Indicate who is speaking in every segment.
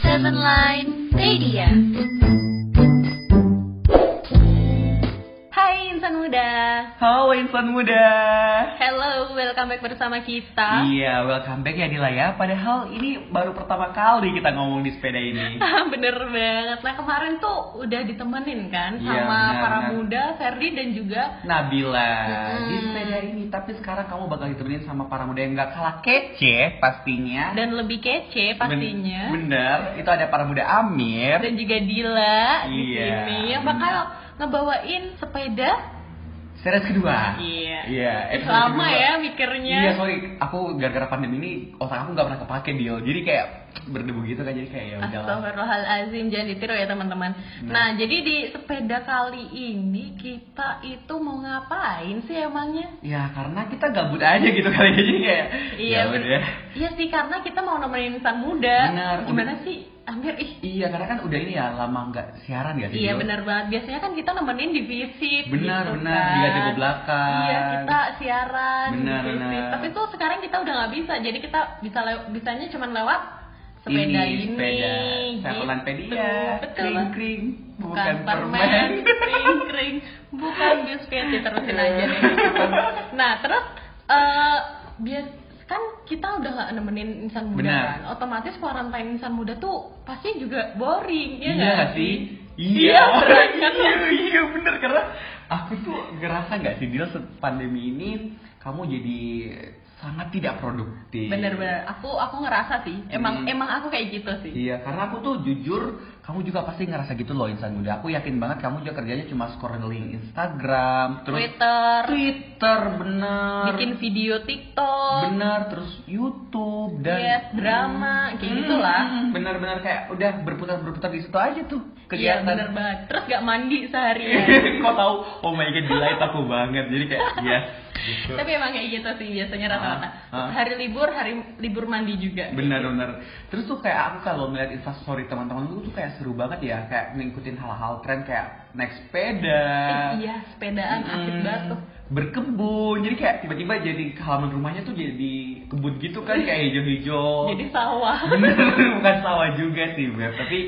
Speaker 1: Seven Line Media. Hai insan muda.
Speaker 2: Halo insan muda.
Speaker 1: Hello, welcome back bersama kita.
Speaker 2: Iya, welcome back ya Dila ya. Padahal ini baru pertama kali kita ngomong di sepeda ini.
Speaker 1: Bener banget. Nah kemarin tuh udah ditemenin kan
Speaker 2: Iya,
Speaker 1: sama
Speaker 2: benar,
Speaker 1: para
Speaker 2: benar.
Speaker 1: muda, Ferdi dan juga
Speaker 2: Nabila, di
Speaker 1: Mm-mm.
Speaker 2: sepeda ini. Tapi sekarang kamu bakal ditemenin sama para muda yang gak kalah kece pastinya.
Speaker 1: dan lebih kece pastinya.
Speaker 2: Ben- bener, itu ada para muda Amir.
Speaker 1: Dan juga Dila di
Speaker 2: Iya,
Speaker 1: sini yang
Speaker 2: benar.
Speaker 1: bakal ngebawain sepeda.
Speaker 2: Series kedua.
Speaker 1: Iya.
Speaker 2: Iya. episode
Speaker 1: Lama
Speaker 2: kedua.
Speaker 1: ya mikirnya.
Speaker 2: Iya, sorry. Aku gara-gara pandemi ini otak aku gak pernah kepake deal. Jadi kayak berdebu gitu kan. Jadi kayak ya udahlah.
Speaker 1: Astagfirullahalazim, jangan ditiru ya teman-teman. Nah, jadi di sepeda kali ini kita itu mau ngapain sih emangnya?
Speaker 2: Ya karena kita gabut aja gitu kali jadi kayak ya
Speaker 1: ben-
Speaker 2: udah.
Speaker 1: Iya sih karena kita mau nemenin insan muda.
Speaker 2: Benar,
Speaker 1: Gimana
Speaker 2: udah.
Speaker 1: sih? Amir ih.
Speaker 2: Iya karena kan udah ini ya lama nggak siaran ya sih.
Speaker 1: Iya
Speaker 2: Dio?
Speaker 1: benar banget. Biasanya kan kita nemenin di visit.
Speaker 2: Benar
Speaker 1: gitu
Speaker 2: benar
Speaker 1: kan.
Speaker 2: dia jemput belakang.
Speaker 1: Iya kita siaran.
Speaker 2: Benar,
Speaker 1: di visit.
Speaker 2: benar.
Speaker 1: Tapi tuh sekarang kita udah nggak bisa. Jadi kita bisa lew- bisanya cuma lewat sepeda ini.
Speaker 2: sepeda. Setelan pedia.
Speaker 1: Gitu. Betul.
Speaker 2: Kring kring.
Speaker 1: bukan permen, kering kering, bukan biskuit diterusin aja deh. Nah terus eh biar kan kita udah gak nemenin insan muda
Speaker 2: Benar.
Speaker 1: kan, otomatis kuarantain insan muda tuh pasti juga boring ya
Speaker 2: Iya
Speaker 1: nggak
Speaker 2: nggak sih?
Speaker 1: Iya, bener.
Speaker 2: iya, iya bener karena aku tuh ngerasa nggak sih Dil se- pandemi ini kamu jadi sangat tidak produktif.
Speaker 1: Bener-bener, aku aku ngerasa sih, emang
Speaker 2: Hmm.
Speaker 1: emang aku kayak gitu sih.
Speaker 2: Iya, karena aku tuh jujur, kamu juga pasti ngerasa gitu loh insan muda. Aku yakin banget kamu juga kerjanya cuma scrolling Instagram, Iya, terus
Speaker 1: Twitter,
Speaker 2: Twitter, bener,
Speaker 1: bikin video TikTok,
Speaker 2: bener, terus YouTube dan
Speaker 1: Oh. yes, drama, kayak
Speaker 2: Hmm,
Speaker 1: gitulah.
Speaker 2: Bener-bener kayak udah berputar-berputar di situ aja tuh
Speaker 1: Iya
Speaker 2: kegiatan.
Speaker 1: bener banget. Terus gak mandi seharian.
Speaker 2: Kok tahu? Oh my god, delight aku banget. Jadi kayak yes. gitu.
Speaker 1: Tapi emang kayak gitu sih biasanya rata-rata.
Speaker 2: Ah, ah.
Speaker 1: Hari libur, hari libur mandi juga.
Speaker 2: benar-benar terus tuh kayak aku kalau ngeliat instastory teman-teman itu tuh kayak seru banget ya kayak ngikutin hal-hal tren kayak naik sepeda
Speaker 1: Eh, iya, sepedaan aktif
Speaker 2: Mm,
Speaker 1: banget tuh.
Speaker 2: berkebun jadi kayak tiba-tiba jadi halaman rumahnya tuh jadi kebun gitu kan kayak hijau-hijau
Speaker 1: Jadi sawah.
Speaker 2: bener bukan sawah juga sih Beb, tapi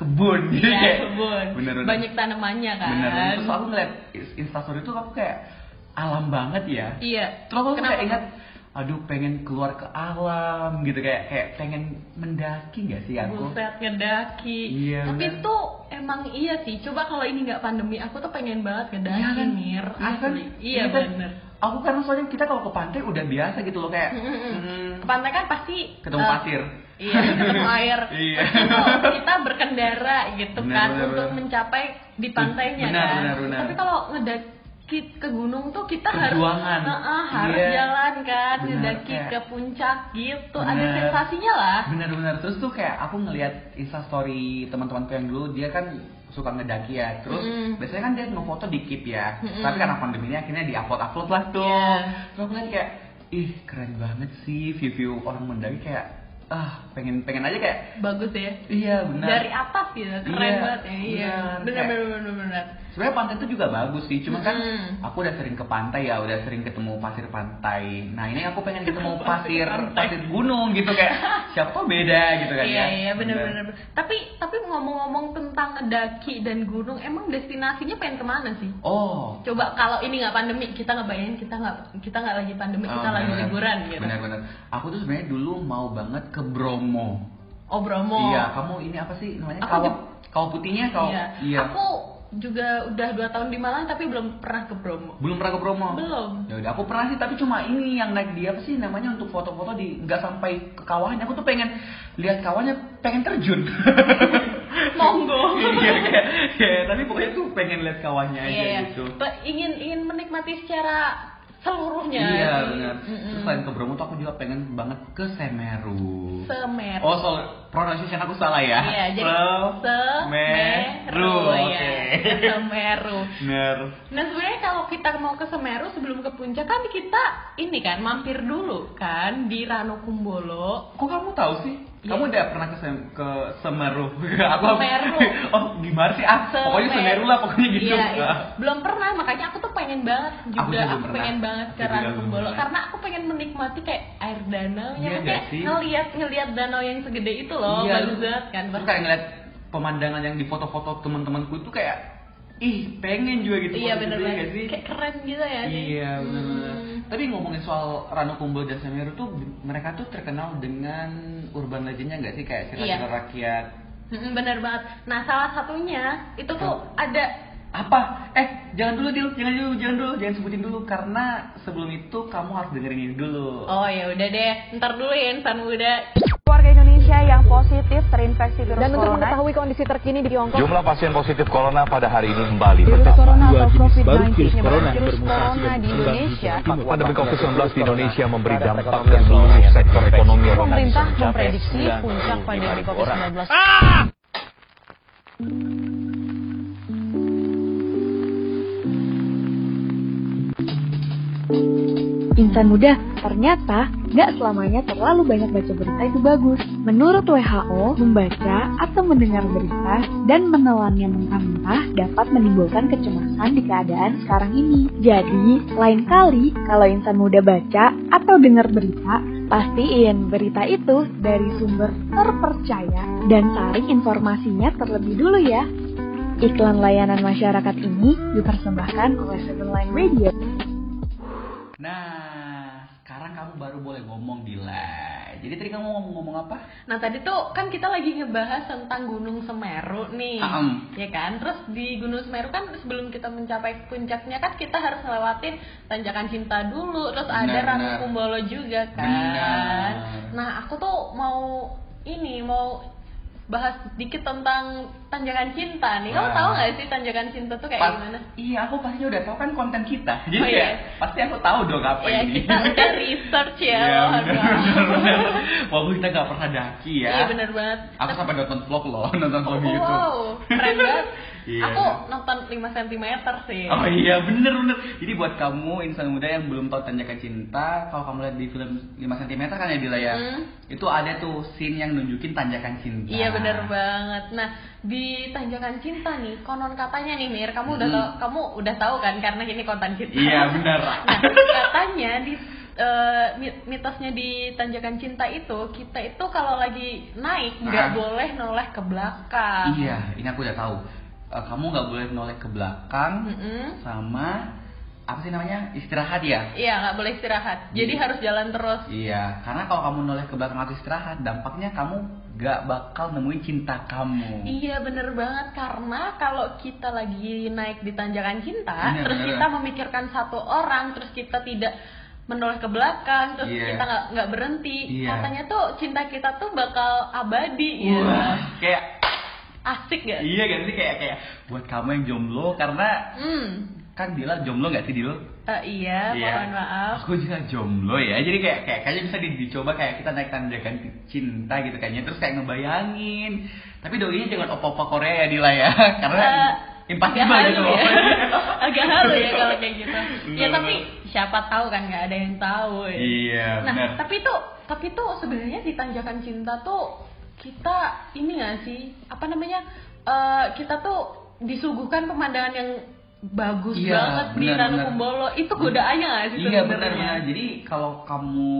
Speaker 2: kebun Jadi
Speaker 1: Iya,
Speaker 2: kayak-
Speaker 1: kebun.
Speaker 2: bener-bener.
Speaker 1: Banyak tanamannya kan.
Speaker 2: bener terus aku ngeliat instastory tuh aku kayak alam banget ya
Speaker 1: Iya.
Speaker 2: terus aku
Speaker 1: Kenapa?
Speaker 2: kayak ingat aduh pengen keluar ke alam gitu kayak kayak pengen mendaki nggak sih Iya, aku kan?
Speaker 1: Buset ngedaki.
Speaker 2: Iya,
Speaker 1: Tapi
Speaker 2: bener.
Speaker 1: itu emang iya sih. Coba kalau ini nggak pandemi, aku tuh pengen banget ngedaki,
Speaker 2: Iya kan?
Speaker 1: Mir.
Speaker 2: Iya kan?
Speaker 1: Asli. Iya,
Speaker 2: Kita-
Speaker 1: bener.
Speaker 2: aku karena soalnya kita kalau ke pantai udah biasa gitu loh kayak
Speaker 1: Mm-mm.
Speaker 2: mm,
Speaker 1: Ke pantai kan pasti
Speaker 2: ketemu
Speaker 1: eh,
Speaker 2: pasir
Speaker 1: Iya, ketemu air.
Speaker 2: Iya.
Speaker 1: Terus gitu, kita berkendara gitu
Speaker 2: Benar,
Speaker 1: kan
Speaker 2: benar,
Speaker 1: untuk
Speaker 2: benar.
Speaker 1: mencapai di pantainya
Speaker 2: Benar,
Speaker 1: kan.
Speaker 2: benar, benar.
Speaker 1: Tapi kalau ngedaki ke gunung tuh kita
Speaker 2: Perjuangan.
Speaker 1: harus Heeh, harus
Speaker 2: Iya.
Speaker 1: jalan kan,
Speaker 2: Benar,
Speaker 1: ngedaki
Speaker 2: kayak-
Speaker 1: ke puncak gitu. Ada
Speaker 2: Benar.
Speaker 1: sensasinya lah.
Speaker 2: benar-benar terus tuh kayak aku ngelihat instastory teman-temanku yang dulu dia kan suka ngedaki ya terus
Speaker 1: Mm.
Speaker 2: biasanya kan dia ngefoto di keep ya
Speaker 1: Mm-mm.
Speaker 2: tapi karena pandeminya akhirnya di upload upload lah tuh
Speaker 1: Iya.
Speaker 2: terus aku ngeliat kayak ih keren banget sih view view orang mendaki kayak ah pengen pengen aja kayak
Speaker 1: Bagus ya.
Speaker 2: iya benar
Speaker 1: Dari atas gitu, keren
Speaker 2: Iya,
Speaker 1: banget ya. Iya.
Speaker 2: benar.
Speaker 1: Benar benar benar benar.
Speaker 2: sebenarnya pantai itu juga bagus sih cuma kan
Speaker 1: Mm.
Speaker 2: aku udah sering ke pantai ya udah sering ketemu pasir pantai nah ini aku pengen ketemu
Speaker 1: Pasir
Speaker 2: pasir
Speaker 1: pantai.
Speaker 2: pasir gunung gitu kayak siapa tau beda gitu kan
Speaker 1: Iya
Speaker 2: ya
Speaker 1: iya benar benar. Tapi tapi ngomong-ngomong tentang ngedaki dan gunung, emang destinasinya pengen kemana sih?
Speaker 2: oh
Speaker 1: coba kalau ini nggak pandemi kita ngebayangin kita nggak kita nggak lagi pandemi kita
Speaker 2: Oh,
Speaker 1: lagi
Speaker 2: benar-benar.
Speaker 1: liburan gitu
Speaker 2: Benar-benar. Aku tuh sebenarnya dulu mau banget ke Bromo.
Speaker 1: oh Bromo
Speaker 2: Iya, kamu ini apa sih namanya?
Speaker 1: Aku
Speaker 2: Kau
Speaker 1: juga-
Speaker 2: kau putihnya kau.
Speaker 1: Iya. aku juga udah dua tahun di Malang tapi belum pernah ke Bromo
Speaker 2: Belum pernah ke Bromo.
Speaker 1: belum
Speaker 2: Ya udah aku pernah sih tapi cuma ini yang naik dia apa sih namanya untuk foto-foto di nggak sampai ke kawahnya. Aku tuh pengen lihat kawahnya, pengen terjun.
Speaker 1: monggo
Speaker 2: Iya, kayak- kayak- tapi pokoknya tuh pengen lihat kawahnya aja
Speaker 1: iya iya.
Speaker 2: gitu.
Speaker 1: Pe- ingin ingin menikmati secara seluruhnya
Speaker 2: Iya
Speaker 1: sih.
Speaker 2: benar.
Speaker 1: Mm-mm.
Speaker 2: Terus selain ke Bromo tuh aku juga pengen banget ke Semeru.
Speaker 1: Semeru
Speaker 2: Oh, sorry. pronunciation aku salah ya.
Speaker 1: Iya, jadi
Speaker 2: Pro-
Speaker 1: Semeru
Speaker 2: Meru,
Speaker 1: ya.
Speaker 2: Oke.
Speaker 1: Semeru.
Speaker 2: Bener.
Speaker 1: Nah sebenarnya kalau kita mau ke Semeru sebelum ke puncak kan kita ini kan mampir dulu kan di Ranu Kumbolo.
Speaker 2: Kok kamu tahu sih?
Speaker 1: Iya.
Speaker 2: Kamu udah pernah ke, Sem- ke Semeru? Apa?
Speaker 1: Semeru.
Speaker 2: oh, gimana sih? Ah, pokoknya Semeru lah, pokoknya gitu.
Speaker 1: Iya, iya.
Speaker 2: Ah.
Speaker 1: belum pernah makanya aku tuh pengen banget juga aku,
Speaker 2: Aku juga belum pernah.
Speaker 1: pengen banget ke
Speaker 2: Aku juga belum
Speaker 1: Bolo
Speaker 2: pernah.
Speaker 1: karena aku pengen menikmati kayak air danau
Speaker 2: Iya
Speaker 1: yang
Speaker 2: nggak
Speaker 1: kayak
Speaker 2: sih?
Speaker 1: ngelihat ngelihat danau yang segede itu loh
Speaker 2: Iya,
Speaker 1: bagus
Speaker 2: lu-
Speaker 1: banget kan
Speaker 2: Terus kayak ngeliat pemandangan yang di foto-foto teman-temanku itu kayak ih pengen juga gitu
Speaker 1: iya
Speaker 2: foto
Speaker 1: bener
Speaker 2: gitu, ya
Speaker 1: banget
Speaker 2: nggak sih?
Speaker 1: kayak keren gitu ya sih.
Speaker 2: Iya bener benar.
Speaker 1: Hmm.
Speaker 2: Tadi ngomongin soal Rano Kumbolo dan Semeru tuh mereka tuh terkenal dengan urban legendnya nggak sih kayak cerita
Speaker 1: Iya.
Speaker 2: rakyat
Speaker 1: Mm, bener banget nah salah satunya itu tuh ada
Speaker 2: apa? Eh jangan dulu Dil, jangan dulu, jangan dulu, jangan sebutin dulu karena sebelum itu kamu harus dengerin ini dulu.
Speaker 1: oh ya udah deh ntar dulu ya insan muda
Speaker 3: Warga Indonesia yang positif terinfeksi virus
Speaker 4: Dan untuk
Speaker 3: corona.
Speaker 4: mengetahui kondisi terkini di Tiongkok,
Speaker 5: Jumlah pasien positif corona pada hari ini kembali
Speaker 4: virus
Speaker 5: bertambah.
Speaker 4: corona atau COVID-19
Speaker 6: virus
Speaker 4: penyebaran
Speaker 6: corona yang
Speaker 4: virus
Speaker 6: bermutasi
Speaker 4: corona
Speaker 6: dan
Speaker 4: di
Speaker 6: berkembang di
Speaker 4: Indonesia,
Speaker 6: Jawa Timur.
Speaker 5: Pandemi COVID-19 di Indonesia memberi dampak ke seluruh sektor ekonomi
Speaker 4: pemerintah
Speaker 5: organisasi mencapai
Speaker 4: memprediksi puncak
Speaker 5: 95.000
Speaker 4: pandemi
Speaker 5: orang.
Speaker 4: COVID-19
Speaker 7: Insan muda, ternyata nggak selamanya terlalu banyak baca berita itu bagus. Menurut WHO, membaca atau mendengar berita dan menelannya mentah-mentah dapat menimbulkan kecemasan di keadaan sekarang ini. Jadi, lain kali kalau insan muda baca atau dengar berita, pastiin berita itu dari sumber terpercaya dan saring informasinya terlebih dulu ya. Iklan layanan masyarakat ini dipersembahkan oleh Seven Line Radio.
Speaker 2: Nah, sekarang kamu baru boleh ngomong Dila. Jadi tadi kamu ngomong, ngomong apa?
Speaker 1: Nah tadi tuh kan kita lagi ngebahas tentang Gunung Semeru nih,
Speaker 2: Ahem.
Speaker 1: ya kan? Terus di Gunung Semeru kan sebelum kita mencapai puncaknya kan kita harus ngelewatin tanjakan cinta dulu, terus ada
Speaker 2: Benar,
Speaker 1: Ranu
Speaker 2: benar.
Speaker 1: Kumbolo juga kan.
Speaker 2: Benar.
Speaker 1: Nah aku tuh mau ini mau bahas sedikit tentang tanjakan cinta nih. Kamu
Speaker 2: Wah.
Speaker 1: tahu nggak sih tanjakan cinta tuh kayak
Speaker 2: Pas-
Speaker 1: gimana?
Speaker 2: Iya, aku pastinya udah tahu kan konten kita. Jadi
Speaker 1: Oh, iya.
Speaker 2: ya, pasti aku tahu dong apa
Speaker 1: Ya
Speaker 2: ini.
Speaker 1: kita udah research ya.
Speaker 2: Iya,
Speaker 1: loh,
Speaker 2: benar,
Speaker 1: Harga.
Speaker 2: benar, benar. Walaupun kita gak pernah daki ya.
Speaker 1: Iya bener banget.
Speaker 2: Aku sampai nonton vlog loh, nonton vlog
Speaker 1: Oh,
Speaker 2: YouTube.
Speaker 1: Wow, keren banget.
Speaker 2: Iya.
Speaker 1: Aku nonton 5 cm sih.
Speaker 2: Oh iya bener bener. Jadi buat kamu insan muda yang belum tahu tanjakan cinta, kalau kamu lihat di film 5 cm kan ya Dila ya,
Speaker 1: Hmm.
Speaker 2: itu ada tuh scene yang nunjukin tanjakan cinta.
Speaker 1: Iya bener banget. Nah di tanjakan cinta nih, konon katanya nih Mir, kamu udah
Speaker 2: Hmm.
Speaker 1: tau- kamu udah tahu kan karena ini konten cinta.
Speaker 2: Iya, bener.
Speaker 1: nah katanya di eh, mit- mitosnya di tanjakan cinta itu kita itu kalau lagi naik nggak
Speaker 2: Ah.
Speaker 1: boleh noleh ke belakang.
Speaker 2: Iya, ini aku udah tahu. Eh, kamu nggak boleh noleh ke belakang
Speaker 1: Mm-mm.
Speaker 2: sama apa sih namanya istirahat ya?
Speaker 1: Iya nggak boleh istirahat. Jadi harus jalan terus.
Speaker 2: Iya, karena kalau kamu noleh ke belakang atau istirahat, dampaknya kamu gak bakal nemuin cinta kamu.
Speaker 1: Iya bener banget karena kalau kita lagi naik di tanjakan cinta,
Speaker 2: Iya, Bener,
Speaker 1: terus
Speaker 2: bener.
Speaker 1: kita memikirkan satu orang, terus kita tidak menoleh ke belakang, terus
Speaker 2: Iya.
Speaker 1: kita nggak nggak berhenti,
Speaker 2: Iya.
Speaker 1: katanya tuh cinta kita tuh bakal abadi, ya.
Speaker 2: Wah, kayak
Speaker 1: asik gak?
Speaker 2: iya gak sih kayak kayak buat kamu yang jomblo karena
Speaker 1: Hmm,
Speaker 2: kan Dila jomblo gak sih Dila?
Speaker 1: Eh, iya, mohon maaf.
Speaker 2: Aku juga jomblo ya. Jadi kayak kayak kayaknya bisa di- dicoba kayak kita naik tanjakan cinta gitu kayaknya terus kayak ngebayangin. Tapi doinya jangan opo-opo Korea ya Dila ya. Karena
Speaker 1: Eh,
Speaker 2: impossible
Speaker 1: agak
Speaker 2: gitu
Speaker 1: halu
Speaker 2: loh.
Speaker 1: ya. agak halu ya kalau kayak gitu. ya
Speaker 2: Bener,
Speaker 1: tapi siapa tahu kan nggak ada yang tahu. Ya.
Speaker 2: Iya,
Speaker 1: Nah,
Speaker 2: benar.
Speaker 1: tapi tuh tapi tuh sebenarnya di tanjakan cinta tuh kita ini nggak sih apa namanya eh, kita tuh disuguhkan pemandangan yang bagus
Speaker 2: Iya,
Speaker 1: banget di
Speaker 2: benar,
Speaker 1: Ranu
Speaker 2: benar.
Speaker 1: Kumbolo itu godaannya nggak sih
Speaker 2: Iya
Speaker 1: sebenarnya?
Speaker 2: benar-benar. Jadi kalau kamu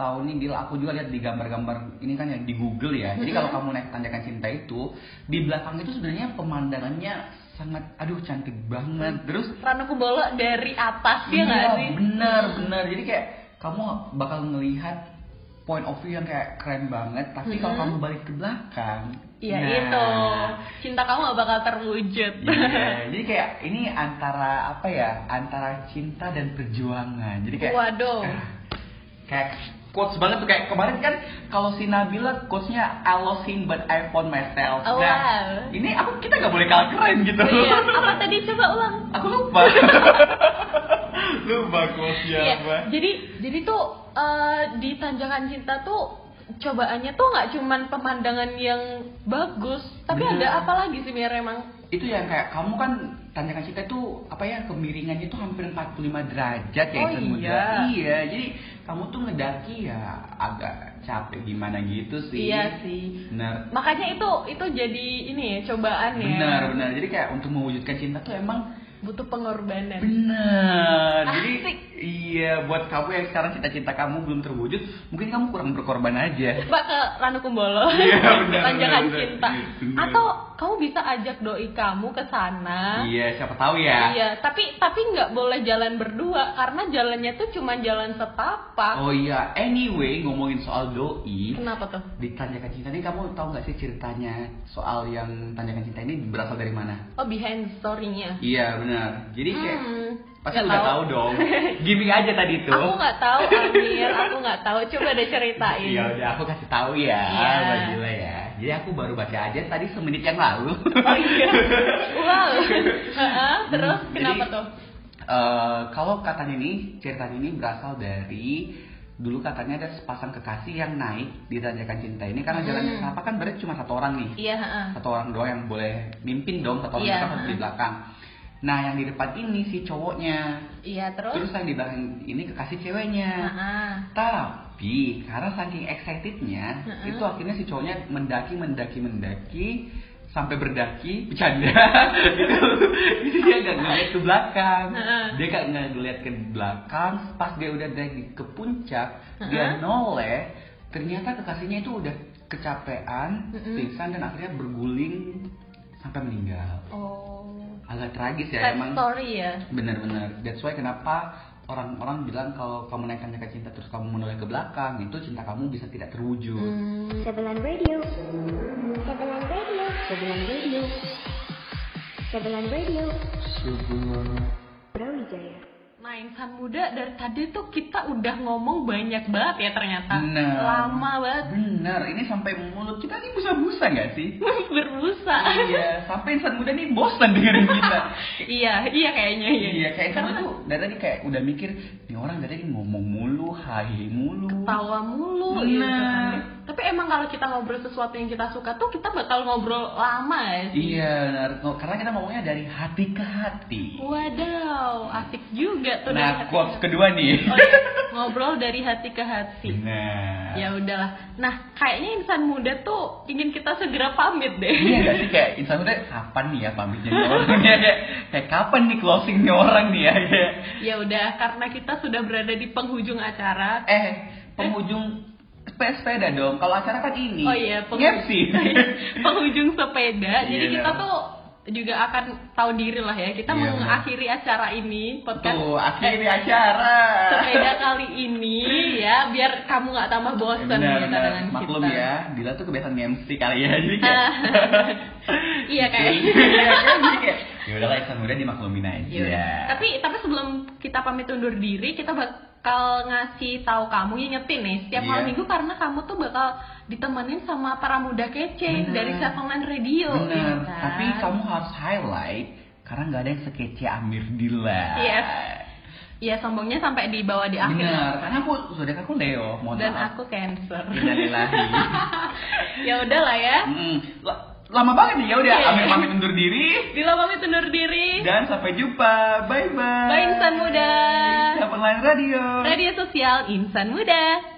Speaker 2: tahu nih Dila, aku juga lihat di gambar-gambar ini kan ya di Google ya. Jadi kalau kamu naik tanjakan cinta itu di belakang itu sebenarnya pemandangannya sangat aduh cantik banget. Terus
Speaker 1: Ranu Kumbolo dari atas ya Mm. nggak sih?
Speaker 2: Iya, benar benar jadi kayak kamu bakal ngelihat point of view yang kayak keren banget tapi kalau kamu balik ke belakang
Speaker 1: Iya
Speaker 2: nah,
Speaker 1: itu cinta kamu nggak bakal terwujud.
Speaker 2: iya. jadi kayak ini antara apa ya antara cinta dan perjuangan jadi kayak
Speaker 1: Waduh.
Speaker 2: Iya. kayak quotes banget tuh kayak kemarin kan kalau si Nabila quotesnya I lost him but I found myself
Speaker 1: Oh,
Speaker 2: nah
Speaker 1: wow.
Speaker 2: ini aku kita nggak boleh kalah keren gitu
Speaker 1: Iya, apa tadi coba ulang?
Speaker 2: aku lupa lupa
Speaker 1: Iya,
Speaker 2: quotesnya apa
Speaker 1: Jadi jadi tuh eh, di tanjakan cinta tuh cobaannya tuh nggak cuman pemandangan yang bagus, tapi
Speaker 2: Bener.
Speaker 1: ada apa lagi sih biar emang
Speaker 2: itu yang kayak kamu kan tanjakan cinta itu apa ya kemiringannya itu hampir 45 derajat ya
Speaker 1: Oh,
Speaker 2: Ethan
Speaker 1: iya.
Speaker 2: Muda. Iya, jadi kamu tuh ngedaki ya agak capek gimana gitu sih.
Speaker 1: Iya sih.
Speaker 2: Benar.
Speaker 1: Makanya itu itu jadi ini ya cobaan ya.
Speaker 2: Benar, benar. Jadi kayak untuk mewujudkan cinta tuh emang
Speaker 1: Butuh pengorbanan.
Speaker 2: benar. Jadi
Speaker 1: Ah, Asik.
Speaker 2: iya buat kamu yang sekarang cita-cita kamu belum terwujud, mungkin kamu kurang berkorban aja.
Speaker 1: Mbak ke Ranu Kumbolo,
Speaker 2: Iya, benar,
Speaker 1: tanjakan
Speaker 2: benar, Gitu,
Speaker 1: cinta.
Speaker 2: benar.
Speaker 1: Atau kamu bisa ajak doi kamu ke sana.
Speaker 2: Iya, siapa tahu ya.
Speaker 1: Iya, tapi tapi nggak boleh jalan berdua karena jalannya tuh cuma jalan setapak.
Speaker 2: Oh iya, anyway ngomongin soal doi,
Speaker 1: Kenapa tuh?
Speaker 2: di tanjakan cinta ini kamu tahu nggak sih ceritanya soal yang tanjakan cinta ini berasal dari mana?
Speaker 1: Oh behind story-nya.
Speaker 2: Iya benar. Jadi kayak
Speaker 1: Hmm,
Speaker 2: pasti
Speaker 1: nggak
Speaker 2: udah tahu gitu. dong. Gimik aja tadi tuh.
Speaker 1: Aku nggak tahu Amir, aku nggak tahu. Coba deh ceritain.
Speaker 2: Iya udah aku kasih tahu ya,
Speaker 1: Iya.
Speaker 2: Mbak Gila ya. Jadi aku baru baca aja tadi semenit yang lalu.
Speaker 1: Oh iya. Wow. Heeh, Terus
Speaker 2: Hmm,
Speaker 1: kenapa
Speaker 2: jadi-
Speaker 1: tuh?
Speaker 2: Eh, kalau katanya ini ceritanya ini berasal dari dulu katanya ada sepasang kekasih yang naik di tanjakan cinta ini karena jalan
Speaker 1: Hmm.
Speaker 2: setapak kan berarti cuma satu orang nih.
Speaker 1: Iya. heeh.
Speaker 2: satu orang doang yang boleh mimpin dong satu orang
Speaker 1: Iya.
Speaker 2: di depan, satu di belakang nah yang di depan ini si cowoknya
Speaker 1: Iya terus. Nah,
Speaker 2: terus yang di belakang ini kekasih ceweknya
Speaker 1: Heeh.
Speaker 2: tapi karena saking excitednya
Speaker 1: Heeh.
Speaker 2: itu akhirnya si cowoknya mendaki mendaki mendaki sampai berdaki bercanda Gitu. itu dia nggak ngeliat ke belakang
Speaker 1: Heeh.
Speaker 2: dia nggak nggak ngeliat ke belakang pas dia udah dari ke puncak dia
Speaker 1: Heeh.
Speaker 2: noleh ternyata kekasihnya itu udah kecapean
Speaker 1: Mm-mm.
Speaker 2: pingsan dan akhirnya berguling sampai meninggal
Speaker 1: Oh.
Speaker 2: agak tragis ya
Speaker 1: Sad
Speaker 2: emang
Speaker 1: story ya.
Speaker 2: Benar-benar. That's why kenapa orang-orang bilang kalau kamu naikkan ke cinta terus kamu menoleh ke belakang, itu cinta kamu bisa tidak terwujud.
Speaker 1: Hmm.
Speaker 6: Sebelan Radio. Sebelan Radio. Sebelan Radio. Sebelan Radio. Brawijaya.
Speaker 1: Nah, insan muda dari tadi tuh kita udah ngomong banyak banget ya ternyata.
Speaker 2: Bener.
Speaker 1: Lama banget
Speaker 2: Benar. Ini sampai mulut kita nih busa-busa nggak sih?
Speaker 1: berbusa.
Speaker 2: iya. Sampai insan muda nih bosan dengerin kita.
Speaker 1: iya, iya kayaknya iya.
Speaker 2: iya. Kayak insan muda
Speaker 1: Karena
Speaker 2: tuh dari tadi kayak udah mikir, nih orang dari tadi ngomong mulu, hai mulu.
Speaker 1: tawa mulu
Speaker 2: Bener.
Speaker 1: gitu kan. Tapi emang kalau kita ngobrol sesuatu yang kita suka tuh kita bakal ngobrol lama ya sih.
Speaker 2: Iya, benar. Karena kita ngomongnya dari hati ke hati.
Speaker 1: Wadaw, asik juga tuh dari
Speaker 2: Nah,
Speaker 1: hati
Speaker 2: quotes
Speaker 1: ke-
Speaker 2: kedua nih.
Speaker 1: Oh, iya. ngobrol dari hati ke hati.
Speaker 2: Nah.
Speaker 1: Ya udahlah. Nah, kayaknya insan muda tuh ingin kita segera pamit deh.
Speaker 2: Iya gak sih kayak insan muda kapan nih ya pamitnya nih orang Iya, kayak, kayak kapan nih closing nih orang nih ya kayak,
Speaker 1: Ya udah, karena kita sudah berada di penghujung acara.
Speaker 2: Eh penghujung sepeda dong kalau acara kan ini
Speaker 1: Oh iya, peng-
Speaker 2: Ngepsi.
Speaker 1: penghujung sepeda.
Speaker 2: Iya,
Speaker 1: Jadi kita
Speaker 2: dong.
Speaker 1: tuh juga akan tahu diri lah ya. Kita
Speaker 2: Iya,
Speaker 1: mau
Speaker 2: benar.
Speaker 1: mengakhiri acara ini podcast
Speaker 2: Tuh akhirnya acara
Speaker 1: sepeda kali ini ya, biar kamu nggak tambah bosen
Speaker 2: Benar,
Speaker 1: ya
Speaker 2: benar.
Speaker 1: dengan kita.
Speaker 2: Maklum ya, Dila tuh kebiasaan MC kali ya Jadi kayak
Speaker 1: iya kayak.
Speaker 2: Iya kan, jadi kayak Ya udahlah insan muda dimaklumin aja
Speaker 1: Iya. Tapi tapi sebelum kita pamit undur diri, kita bakal ngasih tahu kamu ngingetin nih setiap
Speaker 2: Iya.
Speaker 1: malam minggu karena kamu tuh bakal ditemenin sama para muda kece
Speaker 2: Benar.
Speaker 1: dari Sevenland Radio. ya
Speaker 2: Benar,
Speaker 1: kan?
Speaker 2: tapi kamu harus highlight karena nggak ada yang sekece Amir Dila.
Speaker 1: Yes. Iya sombongnya sampai dibawa di akhir.
Speaker 2: Benar, karena aku zodiak aku Leo, mohon
Speaker 1: Dan
Speaker 2: maaf.
Speaker 1: aku cancer.
Speaker 2: Innalillahi.
Speaker 1: ya udahlah ya.
Speaker 2: Hmm, la- lama banget nih ya udah
Speaker 1: Iya.
Speaker 2: Amir pamit undur diri
Speaker 1: Dila pamit undur diri.
Speaker 2: dan sampai jumpa. Bye bye.
Speaker 1: Bye insan muda.
Speaker 2: Siapa lain radio.
Speaker 1: Radio sosial insan muda.